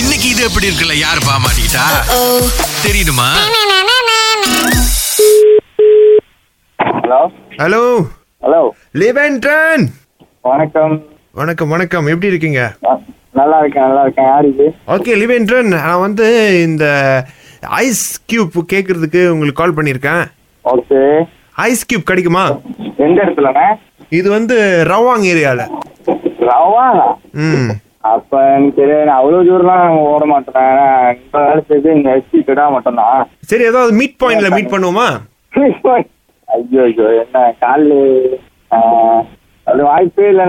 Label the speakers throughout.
Speaker 1: இன்னைக்கு இது எப்படி இருக்குல்ல யாரு பாமாட்டா தெரியுமா
Speaker 2: ஹலோ
Speaker 3: ஹலோ
Speaker 2: ஹலோ
Speaker 3: லிவென்ட்ரன்
Speaker 2: வணக்கம்
Speaker 3: வணக்கம் வணக்கம் எப்படி இருக்கீங்க
Speaker 2: அ- நல்லா இருக்கேன் நல்லா இருக்கேன் யார் இது
Speaker 3: ஓகே லிவென்ட்ரன் நான் வந்து இந்த ஐஸ் கியூப் கேட்கறதுக்கு உங்களுக்கு கால் பண்ணியிருக்கேன்
Speaker 2: ஓகே
Speaker 3: ஐஸ் கியூப் கிடைக்குமா
Speaker 2: எந்த இடத்துலண்ணே
Speaker 3: இது வந்து ரவாங் ஏரியாவில்
Speaker 2: ரவானா
Speaker 3: ம்
Speaker 2: அப்ப எனக்கு தெரியாது நான் அவ்வளவு தூரம்லாம் நான் ஓட மாட்டேன் ஏன்னா இந்த வேலை செய்து இந்த எஸ்டி கிடா மட்டும்தான்
Speaker 3: சரி ஏதாவது மீட் பாயிண்டில் மீட் பண்ணுவோமா
Speaker 2: ஐயோ ஐயோ என்ன காலு ஆ, அது வாய்ப்பே இல்லை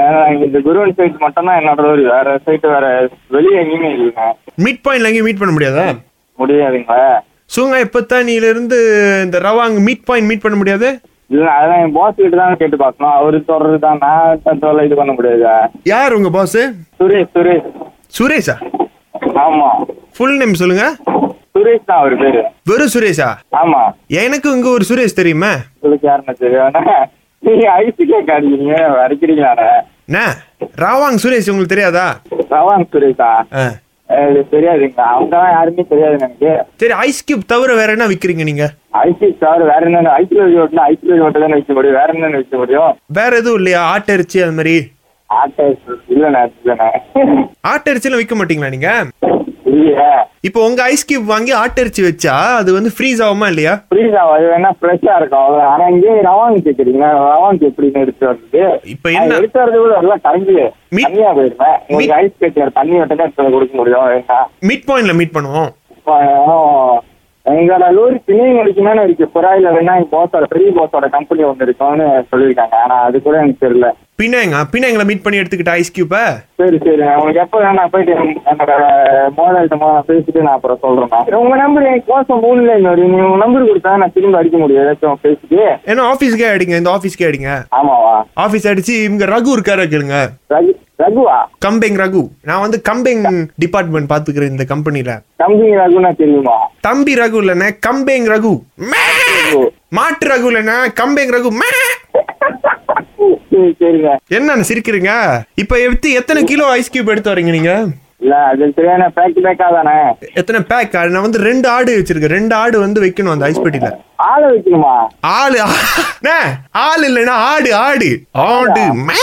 Speaker 2: நான் இந்த குருவன் சைட் மட்டும்தான் என்னோட ஊர் வேற சைட்டு வேற வெளியே எங்கேயுமே இல்லைங்க
Speaker 3: மீட் பாயிண்ட்ல எங்கேயும் மீட் பண்ண முடியாதா
Speaker 2: முடியாதுங்களா
Speaker 3: சூங்கா இப்பத்தானியிலிருந்து இந்த ரவாங் மீட் பாயிண்ட் மீட் பண்ண முடியாது
Speaker 2: இல்ல அதான் என் பாஸ் கிட்ட தான் கேட்டு பார்க்கணும் அவரு சொல்றது தான் நான் சொல்ல இது பண்ண முடியாது
Speaker 3: யார் உங்கள் பாஸு
Speaker 2: சுரேஷ் சுரேஷ்
Speaker 3: சுரேஷா
Speaker 2: ஆமா
Speaker 3: ஃபுல் நேம் சொல்லுங்க
Speaker 2: சுரேஷ் தான் அவர் பேரு
Speaker 3: வெறும் சுரேஷா
Speaker 2: ஆமா
Speaker 3: எனக்கு இங்கே ஒரு சுரேஷ் தெரியுமா
Speaker 2: உங்களுக்கு யாருன்னு தெரியும் நீங்க ஐசி கேக் அடிக்கிறீங்க வரைக்கிறீங்களா
Speaker 3: அண்ணா ராவாங் சுரேஷ் உங்களுக்கு தெரியாதா
Speaker 2: ரவான் சுரேஷா
Speaker 3: ஆ.
Speaker 2: இது தெரியாதுங்க அவங்க தான் யாருமே தெரியாது எனக்கு
Speaker 3: சரி ஐஸ் கியூப் தவிர வேற என்ன விற்கிறீங்க நீங்க
Speaker 2: ஐசி தவிர வேற என்னென்ன ஐசி ஓட்டுனா ஐசி ஓட்டு தானே வைக்க முடியும் வேற என்னென்ன வைக்க முடியும்
Speaker 3: வேற எதுவும் இல்லையா ஆட்டரிச்சி அது மாதிரி
Speaker 2: ஆட்டை இல்லைண்ணே இல்லைண்ணே
Speaker 3: ஆட்டரிச்சிலாம் விற்க மாட்டீங்களா நீங்க
Speaker 2: இல்லையே
Speaker 3: இப்போ உங்க ஐஸ் கியூப் வாங்கி ஆட்டரிச்சி வச்சா அது வந்து ஃப்ரீஸ் ஆகுமா இல்லையா
Speaker 2: புரியுதா அது வேணா ஃப்ரெஷ்ஷா இருக்கும் அவ்வளோ ஆனா இங்கே ரவான் கேக்குறீங்க ரவான் எப்படின்னு எடுத்து வருது
Speaker 3: இப்ப என்ன?
Speaker 2: அது எடுத்து வரது கூட எல்லாம் கரைஞ்சு
Speaker 3: மீ-
Speaker 2: தண்ணியா போயிருவேன் உங்களுக்கு
Speaker 3: மீ-
Speaker 2: ஐஸ் கேட்டு தண்ணி விட்டு தான் கொடுக்க முடியும் வேணா
Speaker 3: மீட் பாயிண்ட்ல மீட் பண்ணுவோம்
Speaker 2: எங்களோட லோரி பிணையம் அடிக்கணும்னு இருக்கு புறாயில வேணா போஸோட பெரிய போஸோட கம்பெனி ஒன்று இருக்கும்னு சொல்லியிருக்காங்க ஆனா அது கூட எனக்கு தெரியல
Speaker 3: பினாங்க பினாங்களை மீட் பண்ணி எடுத்துக்கிட்ட ஐஸ் கியூப்பை
Speaker 2: சரி சரி உங்களுக்கு எப்போ வேணா நான் போயிட்டு என்- என்னோட மோதல்கிட்ட மோ பேசிட்டு நான் அப்புறம் சொல்றேன் உங்க நம்பர் எனக்கு கோசம் மூணு லைன் வரும் நீங்க உங்க நம்பர் கொடுத்தா நான் திரும்ப அடிக்க முடியும் ஏதாச்சும் பேசிட்டு
Speaker 3: ஏன்னா ஆஃபீஸ்க்கே அடிங்க இந்த ஆஃபீஸ்க்கே அடிங்க
Speaker 2: ஆமாவா
Speaker 3: ஆஃபீஸ் அடிச்சு இவங்க ரகு இருக்காரு கேளுங்க
Speaker 2: ரகு ரகுவா
Speaker 3: கம்பெங் ரகு நான் வந்து கம்பெங் டிபார்ட்மெண்ட் பாத்துக்கிறேன் இந்த கம்பெனில
Speaker 2: தம்பி ரகுனா தெரியுமா
Speaker 3: தம்பி ரகு இல்லைண்ணே கம்பேங் ரகு மே! மாட்டு ரகு இல்லைண்ணே கம்பேங் ரகு மே!
Speaker 2: சரி சரிங்க
Speaker 3: என்னண்ணே சிரிக்கிறீங்க இப்ப எடுத்து எத்தனை கிலோ ஐஸ் கியூப் எடுத்து வரீங்க நீங்க
Speaker 2: இல்ல அது சரியான பேக் பேக்கா தானே
Speaker 3: எத்தனை பேக் நான் வந்து ரெண்டு ஆடு வச்சிருக்கேன் ரெண்டு ஆடு வந்து வைக்கணும் அந்த ஐஸ் பெட்டியில
Speaker 2: ஆளை வைக்கணுமா
Speaker 3: ஆளு அண்ணே, ஆள் இல்லைன்னா ஆடு ஆடு ஆடு மே!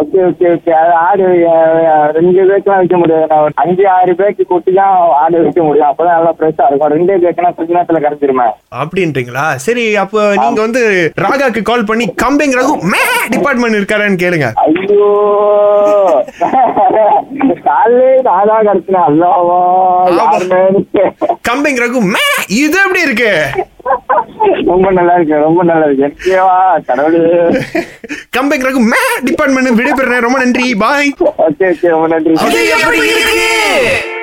Speaker 2: ஓகே ஓகே ஓகே அது ஆடு அஹ், அஹ், ரெண்டு பேக்கெல்லாம் வைக்க முடியாது நான் ஒரு அஞ்சு ஆறு பேக்கு கொட்டி தான் ஆடு வைக்க முடியும் அப்பதான் நல்லா ஃப்ரெஷ்ஷா இருக்கும் ரெண்டே பேக்குனா கொஞ்ச நேரத்துல கரைஞ்சிருமே
Speaker 3: அப்படின்றீங்களா சரி அப்போ நீங்க வந்து ராகாக்கு கால் பண்ணி கம்பேங் ரகு மே டிபார்ட்மெண்ட் இருக்காரான்னு கேளுங்க
Speaker 2: ஐயோ காலே நானா கிடைச்சினா அல்லாவா யாருமே
Speaker 3: கம்பேங் ரகு மே இது எப்படி இருக்கு
Speaker 2: ரொம்ப நல்லா இருக்கு ரொம்ப நல்லா இருக்கு எனக்கேவா கடவுளே
Speaker 3: கம்பேங் ரகு மே டிபார்ட்மெண்ட் விடைபெறேன் ரொம்ப நன்றி பாய்
Speaker 2: ஓகே ஓகே ரொம்ப நன்றி
Speaker 3: எப்படி இருக்கு